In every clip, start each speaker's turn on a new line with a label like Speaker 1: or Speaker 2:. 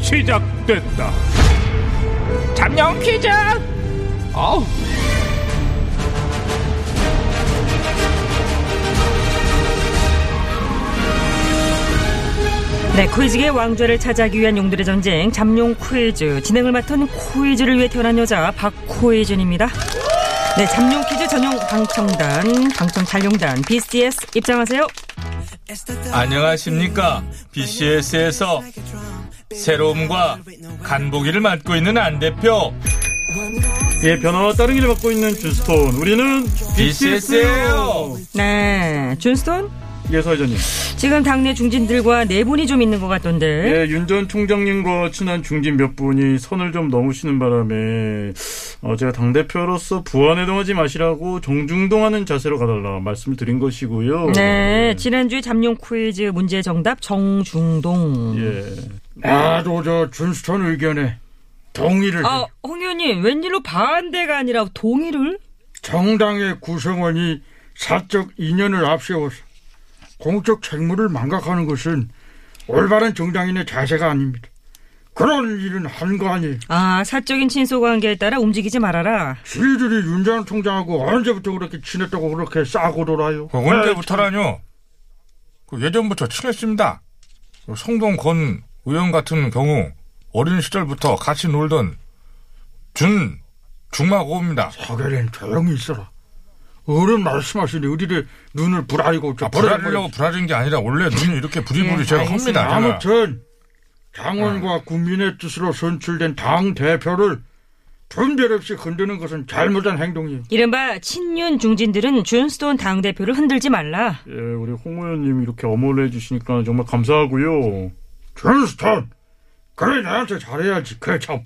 Speaker 1: 시작됐다. 잠룡 퀴즈! 아우.
Speaker 2: 네, 코이즈의 왕좌를 차지하기 위한 용들의 전쟁 잠룡 코이즈 진행을 맡은 코이즈를 위해 태어난 여자 박코이즈입니다. 네, 잠룡 퀴즈 전용 방청단, 방청 잔룡단 BCS 입장하세요.
Speaker 3: 안녕하십니까. BCS에서 새로움과 간보기를 맡고 있는 안 대표.
Speaker 4: 예, 변화와 따르기를 맡고 있는 준스톤. 우리는
Speaker 3: BCS예요.
Speaker 2: 네, 준스톤
Speaker 4: 예, 사회자님.
Speaker 2: 지금 당내 중진들과 네 분이 좀 있는 것 같던데.
Speaker 4: 예, 윤 전 총장님과 친한 중진 몇 분이 선을 좀 넘으시는 바람에 어, 제가 당 대표로서 부안해동하지 마시라고 정중동하는 자세로 가달라 말씀을 드린 것이고요.
Speaker 2: 네, 지난주에 잠룡 퀴즈 문제 정답 정중동.
Speaker 4: 예. 나도 저 준스톤 의견에 동의를
Speaker 2: 아, 홍 의원님, 웬일로 반대가 아니라 동의를?
Speaker 4: 정당의 구성원이 사적 인연을 앞세워서 공적 책무를 망각하는 것은 올바른 정당인의 자세가 아닙니다. 그런 일은 한 거 아니에요.
Speaker 2: 아, 사적인 친소 관계에 따라 움직이지 말아라.
Speaker 4: 지들이 윤 전 총장하고 언제부터 그렇게 친했다고 그렇게 싸고 놀아요?
Speaker 3: 그 언제부터라뇨? 그 예전부터 친했습니다. 그 성동권 의원 같은 경우 어린 시절부터 같이 놀던 준 중마고입니다.
Speaker 4: 사계는 조용히 있어라. 어른 말씀하시니 우리를 눈을 부라리고
Speaker 3: 아, 부라리려고 부라린 게 아니라 원래 눈이 이렇게 부리부리
Speaker 2: 예,
Speaker 3: 제가
Speaker 2: 알겠습니다.
Speaker 3: 합니다. 제가.
Speaker 4: 아무튼 당원과 국민의 뜻으로 선출된 당 대표를 분별 없이 흔드는 것은 잘못된 행동이에요.
Speaker 2: 이른바 친윤 중진들은 준스톤 당대표를 흔들지 말라.
Speaker 4: 예, 우리 홍 의원님 이렇게 어머를 해주시니까 정말 감사하고요. 준스톤! 그래, 나한테 잘해야지. 그래, 참.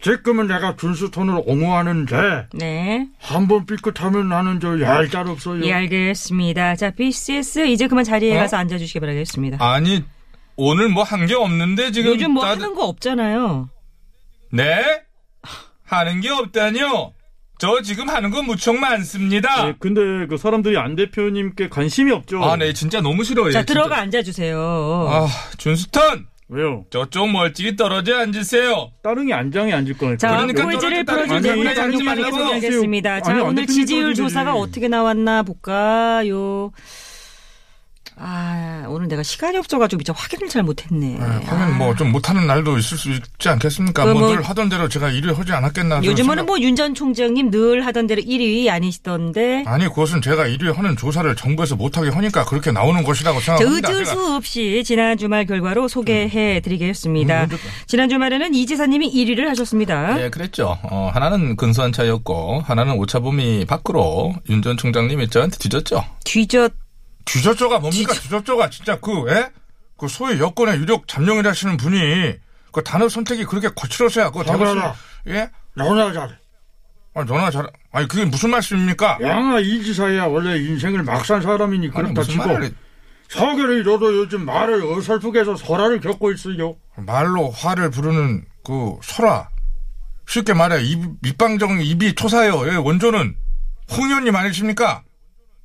Speaker 4: 지금은 내가 준스톤을 옹호하는데,
Speaker 2: 네,
Speaker 4: 한 번 삐끗하면 나는 저 얄짤 없어요.
Speaker 2: 예, 알겠습니다. 자, BCS 이제 그만 자리에
Speaker 3: 음. 어?
Speaker 2: 가서 앉아주시기 바라겠습니다.
Speaker 3: 아니 오늘 뭐 한 게 없는데 지금
Speaker 2: 요즘 뭐
Speaker 3: 따-
Speaker 2: 하는 거 없잖아요.
Speaker 3: 네? 하는 게 없다뇨? 저 지금 하는 거 무척 많습니다.
Speaker 5: 예,
Speaker 4: 근데 그 사람들이 안 대표님께 관심이 없죠.
Speaker 3: 아, 네, 진짜 너무 싫어요.
Speaker 2: 자,
Speaker 3: 진짜.
Speaker 2: 들어가 앉아주세요.
Speaker 3: 아, 준스턴!
Speaker 4: 왜요?
Speaker 3: 저쪽 멀찍이 떨어져 앉으세요.
Speaker 2: 따릉이
Speaker 4: 안장에 앉을 거니까.
Speaker 2: 자, 네.
Speaker 3: 그러니까
Speaker 2: 꼴찌를 풀어준
Speaker 3: 떨어졌다는 거예요.
Speaker 2: 대구나
Speaker 3: 아니,
Speaker 2: 장룡만에게
Speaker 3: 아니,
Speaker 2: 소개하겠습니다.
Speaker 4: 아니,
Speaker 2: 자,
Speaker 4: 아니,
Speaker 2: 오늘
Speaker 4: 안 대표님
Speaker 2: 지지율
Speaker 4: 떨어지지.
Speaker 3: 네.
Speaker 2: 조사가 어떻게 나왔나 볼까요? 아, 오늘 내가 시간이 없어가지고 미처 확인을 잘 못했네.
Speaker 3: 하긴 뭐 좀 못하는 날도 있을 수 있지 않겠습니까?
Speaker 2: 아. 그럼
Speaker 3: 뭐
Speaker 2: 뭐-
Speaker 3: 늘 하던 대로 제가 일을 하지 않았겠나. 저는
Speaker 2: 요즘에는
Speaker 3: 생각-
Speaker 2: 뭐 윤 전 총장님 늘 하던 대로 1위 아니시던데.
Speaker 3: 아니, 그것은 제가 일을 하는 조사를 정부에서 못하게 하니까 그렇게 나오는 것이라고
Speaker 2: 자,
Speaker 3: 생각합니다. 아, 제가.
Speaker 2: 의주수 없이 지난 주말 결과로 소개해 드리겠습니다.
Speaker 3: 음, 먼저-
Speaker 2: 지난 주말에는 이 지사님이 1위를 하셨습니다.
Speaker 6: 예, 그랬죠. 어, 하나는 근소한 차였고 하나는 오차범위 밖으로 윤 전 총장님이 저한테 뒤졌죠.
Speaker 2: 뒤졌,
Speaker 3: 뒤졌죠가 뭡니까? 뒤졌죠가 진짜 그, 에? 그 소위 여권의 유력 잠룡이라 하시는 분이 그 단어 선택이 그렇게 거칠어서야 그
Speaker 4: 잠깐만.
Speaker 3: 예?
Speaker 4: 너나 잘해.
Speaker 3: 아, 너나 잘, 아니, 그게 무슨 말씀입니까?
Speaker 4: 양아 이지사야 원래 인생을 막 산 사람이니
Speaker 6: 아니,
Speaker 4: 예, 그렇다 치고.
Speaker 6: 말을 해.
Speaker 4: 서결이 너도 요즘 말을 어설프게 해서 설화를 겪고 있어요.
Speaker 3: 말로 화를 부르는 그 설화. 쉽게 말해, 입, 밑방정 입이 초사요. 예, 원조는 홍 의원님 아니십니까?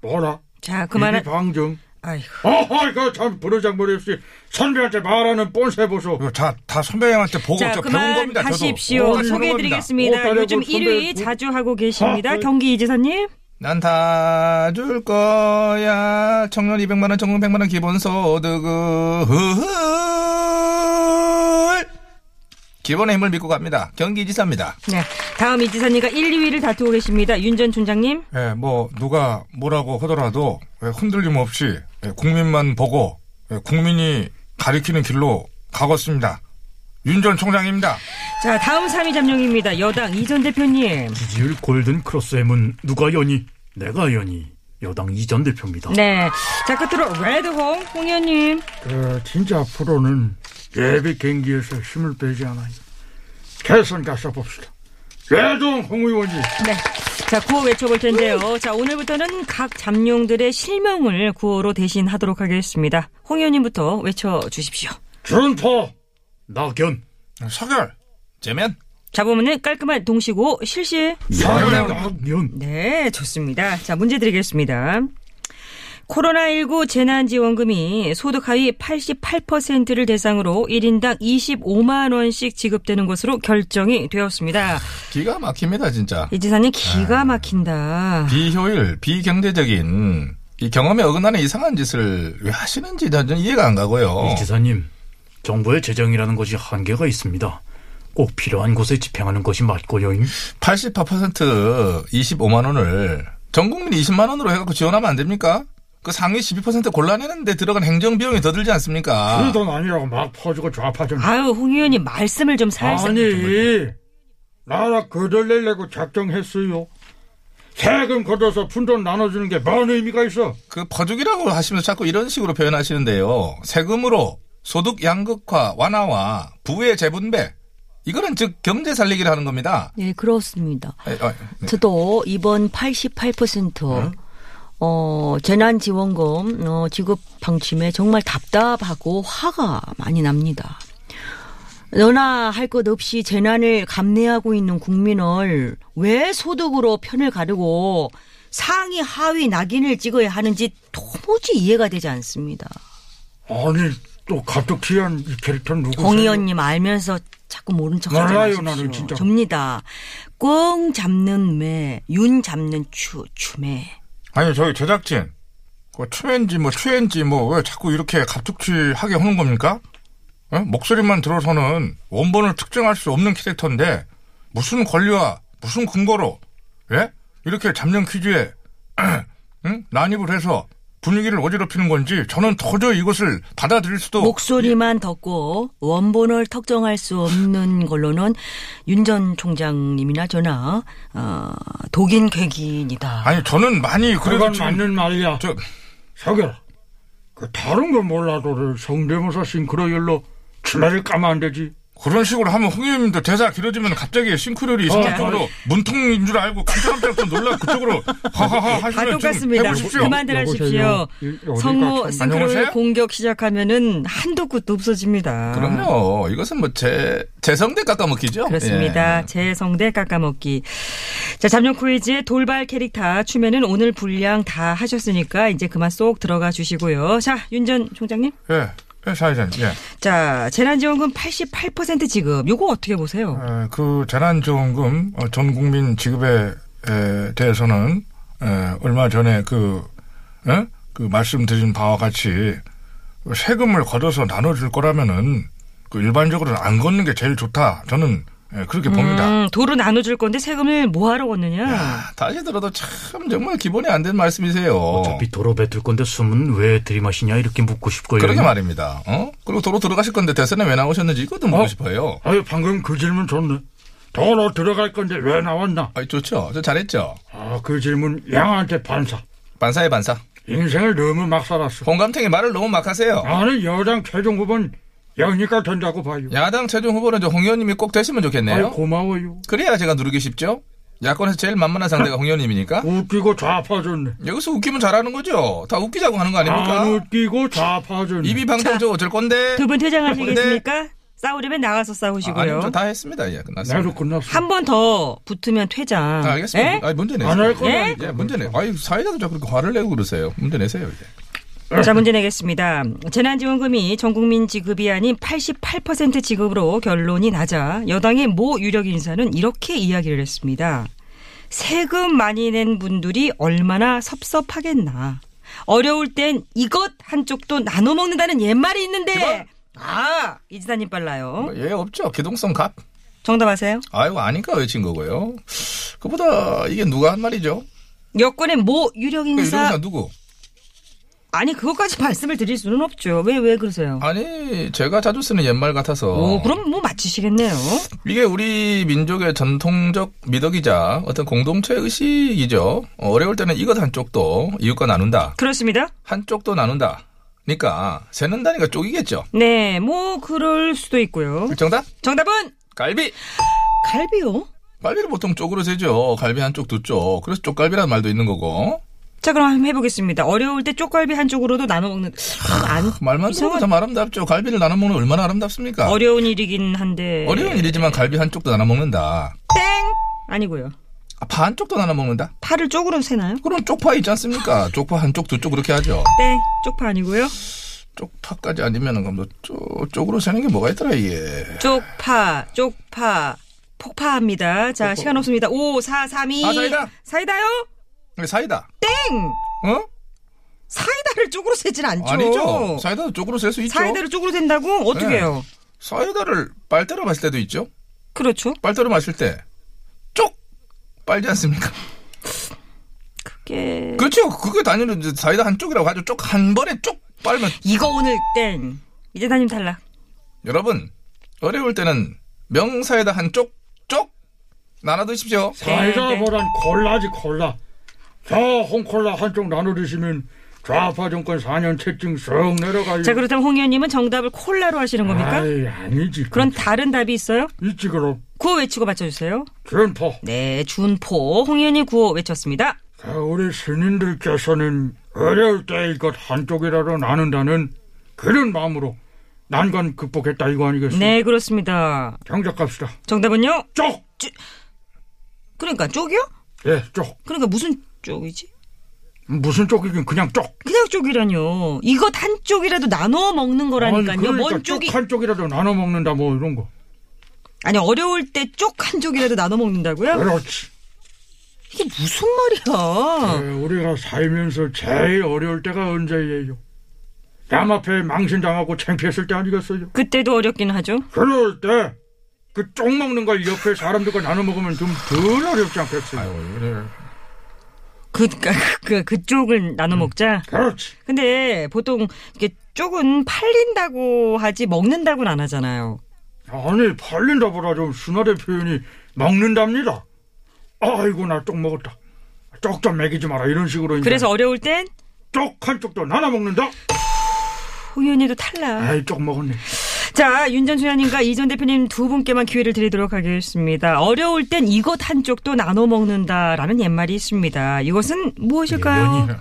Speaker 4: 뭐라?
Speaker 2: 자, 그만한,
Speaker 4: 입이 방정.
Speaker 2: 아이고.
Speaker 4: 어허, 이거 참 부르장머리 없이 선배한테 말하는 뻔세 보소.
Speaker 3: 이거 다, 다 선배님한테 보고
Speaker 2: 자,
Speaker 3: 어, 저 배운
Speaker 2: 그만
Speaker 3: 겁니다. 저도.
Speaker 2: 하십시오.
Speaker 3: 어,
Speaker 2: 소개해드리겠습니다.
Speaker 4: 어, 딸하고
Speaker 2: 요즘
Speaker 4: 선배
Speaker 2: 1위
Speaker 4: 두-
Speaker 2: 자주 하고 계십니다.
Speaker 4: 아, 네.
Speaker 2: 경기 이지사님.
Speaker 6: 난 다 줄 거야. 청년 200만 원, 청년 100만 원 기본 소득을 기본의 힘을 믿고 갑니다. 경기지사입니다.
Speaker 2: 네. 다음 이지사님과 1, 2위를 다투고 계십니다. 윤 전 총장님.
Speaker 3: 예, 뭐, 누가 뭐라고 하더라도 예, 흔들림 없이 예, 국민만 보고 예, 국민이 가리키는 길로 가겠습니다. 윤 전 총장입니다.
Speaker 2: 자, 다음 3위 잠룡입니다. 여당 이 전 대표님.
Speaker 4: 지지율 골든 크로스의 문 누가 여니? 내가 여니.
Speaker 5: 여당 이전 대표입니다.
Speaker 2: 네. 자, 끝으로 레드홍 홍 의원님.
Speaker 4: 그 진짜 앞으로는 예비 경기에서 힘을 빼지 않아요. 개선 가서 봅시다. 레동 홍 의원이
Speaker 2: 네. 자, 구호 외쳐볼 텐데요. 자, 오늘부터는 각 잠룡들의 실명을 구호로 대신하도록 하겠습니다. 홍 의원님부터 외쳐주십시오.
Speaker 4: 준포
Speaker 5: 낙연,
Speaker 3: 예,
Speaker 7: 서결.
Speaker 3: 재면
Speaker 2: 자, 보면은 깔끔한 동시고 실시.
Speaker 5: 낙연,
Speaker 2: 네, 좋습니다. 자, 문제 드리겠습니다. 코로나19 재난지원금이 소득 하위 88%를 대상으로 1인당 25만원씩 지급되는 것으로 결정이 되었습니다.
Speaker 3: 기가 막힙니다 진짜.
Speaker 2: 이 지사님
Speaker 4: 아.
Speaker 2: 기가 막힌다.
Speaker 3: 비효율, 비경제적인 이 경험에 어긋나는 이상한 짓을 왜 하시는지 저는 이해가 안 가고요.
Speaker 5: 이 지사님, 정부의 재정이라는 것이 한계가 있습니다. 꼭 필요한 곳에 집행하는 것이 맞고요.
Speaker 3: 88% 25만 원을 전 국민 20만 원으로 해갖고 지원하면 안 됩니까? 그 상위 12% 골라내는데 들어간 행정 비용이 더 들지 않습니까?
Speaker 4: 그돈 아니라고 막 퍼주고 좌파전.
Speaker 2: 아유, 홍 의원님 말씀을 좀 살살.
Speaker 4: 아니 나라 거덜내려고 작정했어요. 세금 걷어서 푼돈 나눠주는 게 뭔 의미가 있어?
Speaker 3: 그 퍼주기라고 하시면서 자꾸 이런 식으로 표현하시는데요. 세금으로 소득 양극화 완화와 부의 재분배 이거는 즉 경제 살리기를 하는 겁니다.
Speaker 2: 네,
Speaker 8: 예, 그렇습니다.
Speaker 3: 아, 아, 네.
Speaker 8: 저도 이번
Speaker 4: 네.
Speaker 8: 88% 어, 재난지원금 어, 지급 방침에 정말 답답하고 화가 많이 납니다. 너나 할 것 없이 재난을 감내하고 있는 국민을 왜 소득으로 편을 가르고 상위 하위 낙인을 찍어야 하는지 도무지 이해가 되지 않습니다.
Speaker 4: 아니 또 가뜩지한 이 캐릭터 누구세요?
Speaker 8: 홍 의원님 알면서 자꾸 모른 척 하지
Speaker 4: 몰라요,
Speaker 8: 마십시오.
Speaker 4: 나는 진짜.
Speaker 8: 접니다. 꽁 잡는 매, 윤 잡는 추, 추매.
Speaker 7: 아니 저희 제작진 그 추엔지 뭐 추엔지 뭐 왜 자꾸 이렇게 갑툭튀하게 하는 겁니까? 어? 목소리만 들어서는 원본을 특정할 수 없는 캐릭터인데 무슨 권리와 무슨 근거로 예? 이렇게 잡념 퀴즈에 응? 난입을 해서 분위기를 어지럽히는 건지 저는 도저히 이것을 받아들일 수도
Speaker 8: 목소리만 덮고 원본을 특정할 수 없는 걸로는 윤 전 총장님이나 저나 어, 독인 객인이다.
Speaker 7: 아니 저는 많이 그래서
Speaker 4: 그건
Speaker 7: 지금
Speaker 4: 맞는 말이야.
Speaker 7: 저-
Speaker 4: 석열, 그 다른 건 몰라도 성대모사 싱크로율로 주말을 까면 안 되지.
Speaker 7: 그런 식으로 하면 홍 의원님도 대사 길어지면 갑자기 싱크로율이 이상한
Speaker 2: 어.
Speaker 7: 쪽으로 문통인 줄 알고 깜짝깜짝 또 놀라 그쪽으로 하하하
Speaker 2: 다
Speaker 7: 하시면 지금
Speaker 2: 똑같습니다.
Speaker 7: 해보십시오.
Speaker 2: 그만들 하십시오.
Speaker 4: 여보세요? 이- 어디가
Speaker 2: 성우
Speaker 4: 참-
Speaker 2: 싱크로율
Speaker 7: 안녕하세요?
Speaker 2: 공격 시작하면은 한도 끝도 없어집니다.
Speaker 3: 그럼요. 이것은 뭐 제 재성대 깎아먹기죠.
Speaker 2: 그렇습니다.
Speaker 3: 예.
Speaker 2: 재성대 깎아먹기. 자, 잠룡 퀴즈의 돌발 캐릭터 추면은 오늘 분량 다 하셨으니까 이제 그만 쏙 들어가 주시고요. 자, 윤 전 총장님.
Speaker 7: 예, 예, 사회자님, 예.
Speaker 2: 자, 재난지원금 88% 지급. 요거 어떻게 보세요?
Speaker 7: 에, 그 재난지원금 어, 전 국민 지급에 에, 대해서는 에, 얼마 전에 그, 에? 그 말씀드린 바와 같이 세금을 걷어서 나눠줄 거라면은 그 일반적으로는 안 걷는 게 제일 좋다. 저는 에, 그렇게 봅니다.
Speaker 2: 음, 도로 나눠줄 건데 세금을 뭐하러 걷느냐?
Speaker 3: 아, 다시 들어도 참 정말 기본이 안 된 말씀이세요.
Speaker 5: 어차피 도로 뱉을 건데 숨은 왜 들이마시냐 이렇게 묻고 싶고요.
Speaker 3: 그러게 말입니다. 어? 그리고 도로 들어가실 건데 대선에 왜 나오셨는지 이것도 묻고
Speaker 4: 어?
Speaker 3: 싶어요.
Speaker 4: 아유 방금 그 질문 좋네. 도로 들어갈 건데 왜 나왔나?
Speaker 3: 아, 좋죠. 저 잘했죠.
Speaker 4: 아 그 질문 양한테 반사.
Speaker 3: 반사의 반사.
Speaker 4: 인생을 너무 막 살았어.
Speaker 3: 홍감탱이 말을 너무 막 하세요.
Speaker 4: 나는 여당 최종 후보는 영니까 된다고 봐요.
Speaker 3: 야당 최종 후보는 저홍 의원님이 꼭 되시면
Speaker 4: 아유
Speaker 3: 좋겠네요.
Speaker 4: 고마워요.
Speaker 3: 그래야 제가 누르기 쉽죠. 야권에서 제일 만만한 상대가 홍 의원님이니까.
Speaker 4: 웃기고 좌파졌네.
Speaker 3: 여기서 웃기면 잘하는 거죠. 다 웃기자고 하는 거 아닙니까?
Speaker 4: 안 웃기고 좌파졌네.
Speaker 3: 그러니까 입이 방정적 어쩔 건데.
Speaker 2: 두 분 퇴장하시겠습니까? 싸우려면 나가서 싸우시고요.
Speaker 3: 아, 네. 아니요, 저다 했습니다. 예,
Speaker 4: 나도
Speaker 3: 끝났습니다.
Speaker 4: 끝났어.
Speaker 2: 한 번 더 붙으면 퇴장.
Speaker 3: 아, 알겠습니다.
Speaker 2: 예?
Speaker 3: 아니, 문제 내세요.
Speaker 4: 안할 거면
Speaker 3: 예? 예, 문제 내. 아니, 사회자도 자꾸 그렇게 화를 내고 그러세요. 문제 내세요, 이제.
Speaker 2: 자, 문제 내겠습니다. 재난지원금이 전 국민 지급이 아닌 88% 지급으로 결론이 나자 여당의 모 유력 인사는 이렇게 이야기를 했습니다. 세금 많이 낸 분들이 얼마나 섭섭하겠나. 어려울 땐 이것 한쪽도 나눠 먹는다는 옛말이 있는데. 아, 이지사님 빨라요.
Speaker 3: 뭐, 예, 없죠. 기동성 갑.
Speaker 2: 정답 아세요?
Speaker 3: 아이고, 아니까 외친 거고요. 그보다 이게 누가 한 말이죠?
Speaker 2: 여권의 모 네, 유력
Speaker 3: 그 유동사
Speaker 2: 인사
Speaker 3: 누구?
Speaker 2: 아니 그것까지 말씀을 드릴 수는 없죠. 왜 왜 그러세요?
Speaker 3: 아니 제가 자주 쓰는 옛말 같아서
Speaker 2: 오 그럼 뭐 맞히시겠네요.
Speaker 3: 이게 우리 민족의 전통적 미덕이자 어떤 공동체 의식이죠. 어, 어려울 때는 이것 한쪽도 이웃과 나눈다.
Speaker 2: 그렇습니다.
Speaker 3: 한쪽도 나눈다. 그러니까 세는 단위가 쪽이겠죠.
Speaker 2: 네, 뭐 그럴 수도 있고요.
Speaker 3: 정답?
Speaker 2: 정답은
Speaker 3: 갈비.
Speaker 2: 갈비요.
Speaker 3: 갈비를 보통 쪽으로 세죠. 갈비 한쪽 두 쪽. 그래서 쪽갈비라는 말도 있는 거고.
Speaker 2: 자 그럼 한번 해보겠습니다. 어려울 때 쪽갈비 한쪽으로도 나눠 먹는 아, 안
Speaker 3: 말만 들어도 참 아름답죠. 갈비를 나눠 먹는 얼마나 아름답습니까?
Speaker 2: 어려운 일이긴 한데
Speaker 3: 어려운 일이지만 갈비 한쪽도 나눠 먹는다.
Speaker 2: 땡 아니고요.
Speaker 3: 아, 파 한쪽도 나눠 먹는다.
Speaker 2: 파를 쪽으로 세나요?
Speaker 3: 그럼 쪽파 있지 않습니까? 쪽파 한쪽 두 쪽 그렇게 하죠.
Speaker 2: 땡 쪽파 아니고요.
Speaker 3: 쪽파까지 아니면은 그럼 또 쪽, 쪽으로 세는 게 뭐가 있더라 이게.
Speaker 2: 쪽파, 쪽파, 폭파합니다. 자, 시간 없습니다. 5, 4, 3, 2.
Speaker 3: 아, 사이다.
Speaker 2: 사이다요?
Speaker 3: 사이다.
Speaker 2: 땡!
Speaker 3: 어?
Speaker 2: 사이다를 쪽으로 세진 않죠.
Speaker 3: 아니죠. 사이다도 쪽으로 셀 수 있죠.
Speaker 2: 사이다. 를 쪽으로 센다고? 어떻게
Speaker 3: 네.
Speaker 2: 해요?
Speaker 3: 사이다를 빨대로 마실 때도 있죠.
Speaker 2: 그렇죠.
Speaker 3: 빨대로 마실 때 쪽! 빨지 않습니까?
Speaker 2: 그게.
Speaker 3: 그렇죠. 그게 당연히 이제 사이다 한쪽이라고 하죠. 쪽 한 번에 쪽 빨면
Speaker 2: 이거 오늘 땡. 이제 다님 탈락.
Speaker 3: 여러분 어려울 때는 명사에다 한쪽 쪽 나눠 드십시오.
Speaker 4: 사이다
Speaker 2: 네.
Speaker 4: 보란 콜라지 콜라. 저 홍콜라 한쪽 나눠 드시면 좌파 정권 4년 채증 썩 내려가요.
Speaker 2: 자, 그렇다면 홍 의원님은 정답을 콜라로 하시는 겁니까?
Speaker 4: 아이, 예. 아니지.
Speaker 2: 그런 다른 답이 있어요?
Speaker 4: 있지 그럼.
Speaker 2: 구호 외치고 맞춰주세요.
Speaker 4: 전포.
Speaker 2: 네, 준포. 홍 의원이 구호 외쳤습니다.
Speaker 4: 자, 우리 스님들께서는 어려울 때 이것 한쪽이라도 나눈다는 그런 마음으로 난관 극복했다 이거 아니겠습니까?
Speaker 2: 네, 그렇습니다.
Speaker 4: 정작 갑시다.
Speaker 2: 정답은요?
Speaker 4: 쪽!
Speaker 2: 그러니까 쪽이요?
Speaker 4: 예, 쪽.
Speaker 2: 그러니까 무슨 쪽이지?
Speaker 4: 무슨 쪽이긴 그냥 쪽.
Speaker 2: 그냥 쪽이라뇨. 이것 한 쪽이라도 나눠 먹는 거라니까요.
Speaker 4: 아니, 그러니까
Speaker 2: 뭔 쪽이
Speaker 4: 한 쪽이라도 나눠 먹는다 뭐 이런 거.
Speaker 2: 아니 어려울 때 쪽 한 쪽이라도 나눠 먹는다고요?
Speaker 4: 그렇지.
Speaker 2: 이게 무슨 말이야?
Speaker 4: 예, 우리가 살면서 제일 어려울 때가 언제예요? 남 앞에 망신당하고 창피했을 때 아니겠어요?
Speaker 2: 그때도 어렵긴 하죠.
Speaker 4: 그럴 때 그 쪽 먹는 걸 옆에 사람들과 나눠 먹으면 좀 덜 어렵지 않겠어요?
Speaker 2: 그, 그, 그, 그쪽을 나눠
Speaker 4: 음.
Speaker 2: 먹자.
Speaker 4: 그렇지.
Speaker 2: 근데 보통 이게 쪽은 팔린다고 하지 먹는다고는 안 하잖아요.
Speaker 4: 아니 팔린다 보라 좀 순화된 표현이 먹는답니다. 아이고 나 쪽 먹었다. 쪽 좀 먹이지 마라 이런 식으로 이제
Speaker 2: 그래서 어려울 땐
Speaker 4: 쪽한 쪽도 나눠 먹는다.
Speaker 2: 홍현이도 탈락.
Speaker 4: 아이 쪽 먹었네.
Speaker 2: 자, 윤 전 수장님과 이 전 대표님 두 분께만 기회를 드리도록 하겠습니다. 어려울 땐 이것 한쪽도 나눠 먹는다라는 옛말이 있습니다. 이것은 무엇일까요?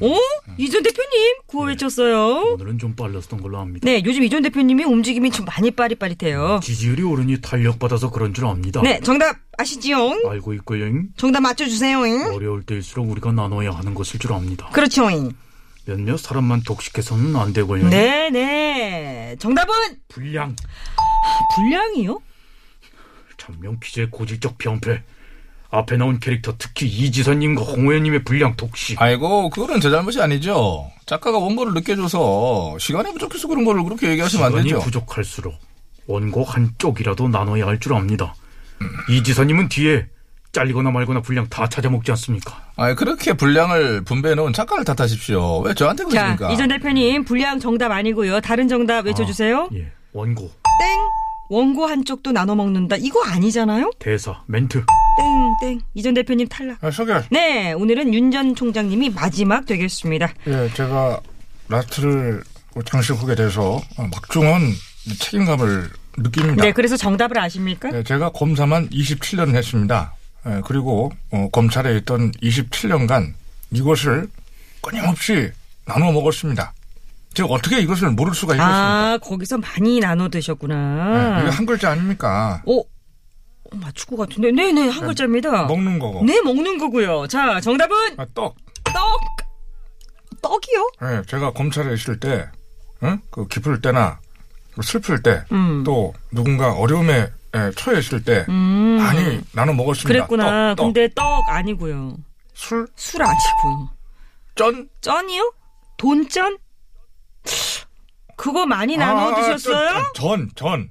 Speaker 2: 오? 이 전 대표님 구호 외쳤어요.
Speaker 5: 오늘은 좀 빨랐던 걸로 압니다.
Speaker 2: 네, 요즘 이 전 대표님이 움직임이 좀 많이 빠릿빠릿해요.
Speaker 5: 지지율이 오르니 탄력받아서 그런 줄 압니다.
Speaker 2: 네, 정답 아시지요?
Speaker 5: 알고 있고요.
Speaker 2: 정답 맞춰주세요.
Speaker 5: 어려울 때일수록 우리가 나눠야 하는 것일 줄 압니다.
Speaker 2: 그렇죠.
Speaker 5: 몇몇 사람만 독식해서는 안 되고요.
Speaker 2: 네, 네. 정답은
Speaker 4: 불량.
Speaker 2: 불량이요?
Speaker 5: 장명 피제의 고질적 변태. 앞에 나온 캐릭터 특히 이지선님과 홍호연님의 불량 독식.
Speaker 3: 아이고 그거는 제 잘못이 아니죠. 작가가 원고를 늦게 줘서 시간이 부족해서 그런 거를 그렇게 얘기하시면 안
Speaker 5: 시간이
Speaker 3: 되죠.
Speaker 5: 부족할수록 원곡 한쪽이라도 나눠야 할 줄 압니다. 이지선님은 뒤에 잘리거나 말거나 불량 다 찾아먹지 않습니까?
Speaker 3: 아이 그렇게 분량을 분배해 놓은 작가를 탓하십시오. 왜 저한테
Speaker 2: 자,
Speaker 3: 그러십니까?
Speaker 2: 이 전 대표님 불량 정답 아니고요. 다른 정답 외쳐주세요.
Speaker 5: 예, 원곡,
Speaker 2: 땡. 원고 한쪽도 나눠 먹는다. 이거 아니잖아요?
Speaker 5: 대사, 멘트.
Speaker 2: 땡, 땡. 이 전 대표님 탈락.
Speaker 7: 아, 소개.
Speaker 2: 네, 오늘은 윤 전 총장님이 마지막 되겠습니다.
Speaker 7: 예, 제가 라트를 장식하게 돼서 막중한 책임감을 느낍니다.
Speaker 2: 네, 그래서 정답을 아십니까?
Speaker 7: 네, 제가 검사만 27년을 했습니다. 예, 그리고 어, 검찰에 있던 27년간 이것을 끊임없이 나눠 먹었습니다. 제가 어떻게 이것을 모를 수가 있겠습니까?
Speaker 2: 아, 거기서 많이 나눠
Speaker 7: 예,
Speaker 2: 드셨구나.
Speaker 7: 이게 한 글자 아닙니까?
Speaker 2: 오, 어, 맞출 것 같은데. 네네, 한 글자입니다.
Speaker 7: 아, 먹는 거고.
Speaker 2: 네, 먹는 거고요. 자, 정답은
Speaker 7: 아, 떡.
Speaker 2: 떡. 떡이요?
Speaker 7: 예, 제가 검찰에 있을 때, 응? 그 기쁠 때나 슬플 때,
Speaker 2: 음.
Speaker 7: 또 누군가 어려움에 예, 처해 있을 때
Speaker 2: 음.
Speaker 7: 많이 나눠 먹었습니다.
Speaker 2: 그랬구나.
Speaker 7: 떡, 떡,
Speaker 2: 근데 떡 아니고요.
Speaker 7: 술,
Speaker 2: 술 아니고요.
Speaker 3: 쩐
Speaker 2: 쩐이요? 돈쩐? 그거 많이 나눠
Speaker 7: 아,
Speaker 2: 드셨어요?
Speaker 7: 전, 전.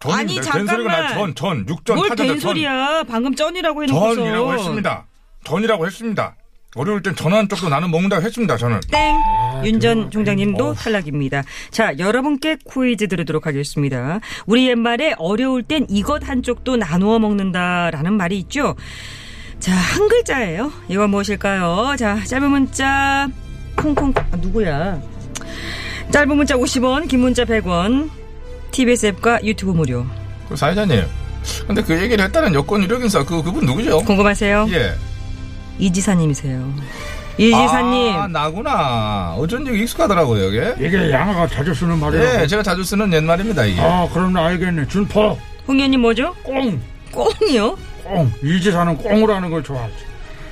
Speaker 7: 전.
Speaker 2: 아니,
Speaker 7: 나
Speaker 2: 잠깐만.
Speaker 7: 전, 전, 육전,
Speaker 2: 뭘
Speaker 7: 타자전, 전.
Speaker 2: 된소리야. 방금 쩐이라고 해놓고서.
Speaker 7: 전이라고 했습니다. 전이라고 했습니다. 어려울 땐 전화한 쪽도 나는 먹는다고 했습니다, 저는.
Speaker 2: 땡! 윤 전 총장님도 탈락입니다. 자, 여러분께 퀴즈 드리도록 하겠습니다. 우리 옛말에 어려울 땐 이것 한쪽도 나누어 먹는다라는 말이 있죠. 자, 한 글자예요. 이건 무엇일까요? 자, 짧은 문자, 콩콩, 아, 누구야? 짧은 문자 50원, 긴 문자 100원, TBS 앱과 유튜브 무료.
Speaker 3: 그 사회자님. 근데 그 얘기를 했다는 여권 유력인사 그 그분 누구죠?
Speaker 2: 궁금하세요?
Speaker 3: 예.
Speaker 2: 이지사님이세요. 이지사님.
Speaker 3: 아, 나구나. 어쩐지 익숙하더라고요, 이게.
Speaker 4: 이게 양아가 자주 쓰는 말이라고.
Speaker 7: 네,
Speaker 3: 예, 제가 자주 쓰는 옛말입니다, 이게.
Speaker 2: 어,
Speaker 4: 아, 그럼 나 알겠네. 준포,
Speaker 2: 홍현님 뭐죠?
Speaker 4: 꽁,
Speaker 2: 꽁이요?
Speaker 4: 꽁. 이지사는 꽁으로 하는 걸 좋아하지.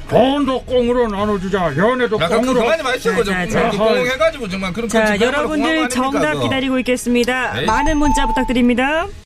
Speaker 4: 돈도 꽁으로 나눠주자. 연애도
Speaker 3: 야, 그럼
Speaker 4: 꽁으로.
Speaker 3: 그만이 마시고 좀
Speaker 2: 어, 자, 자,
Speaker 4: 자.
Speaker 3: 공해가지고 정말 그런
Speaker 2: 자, 여러분들 정답 기다리고 있겠습니다.
Speaker 3: 에이.
Speaker 2: 많은 문자 부탁드립니다.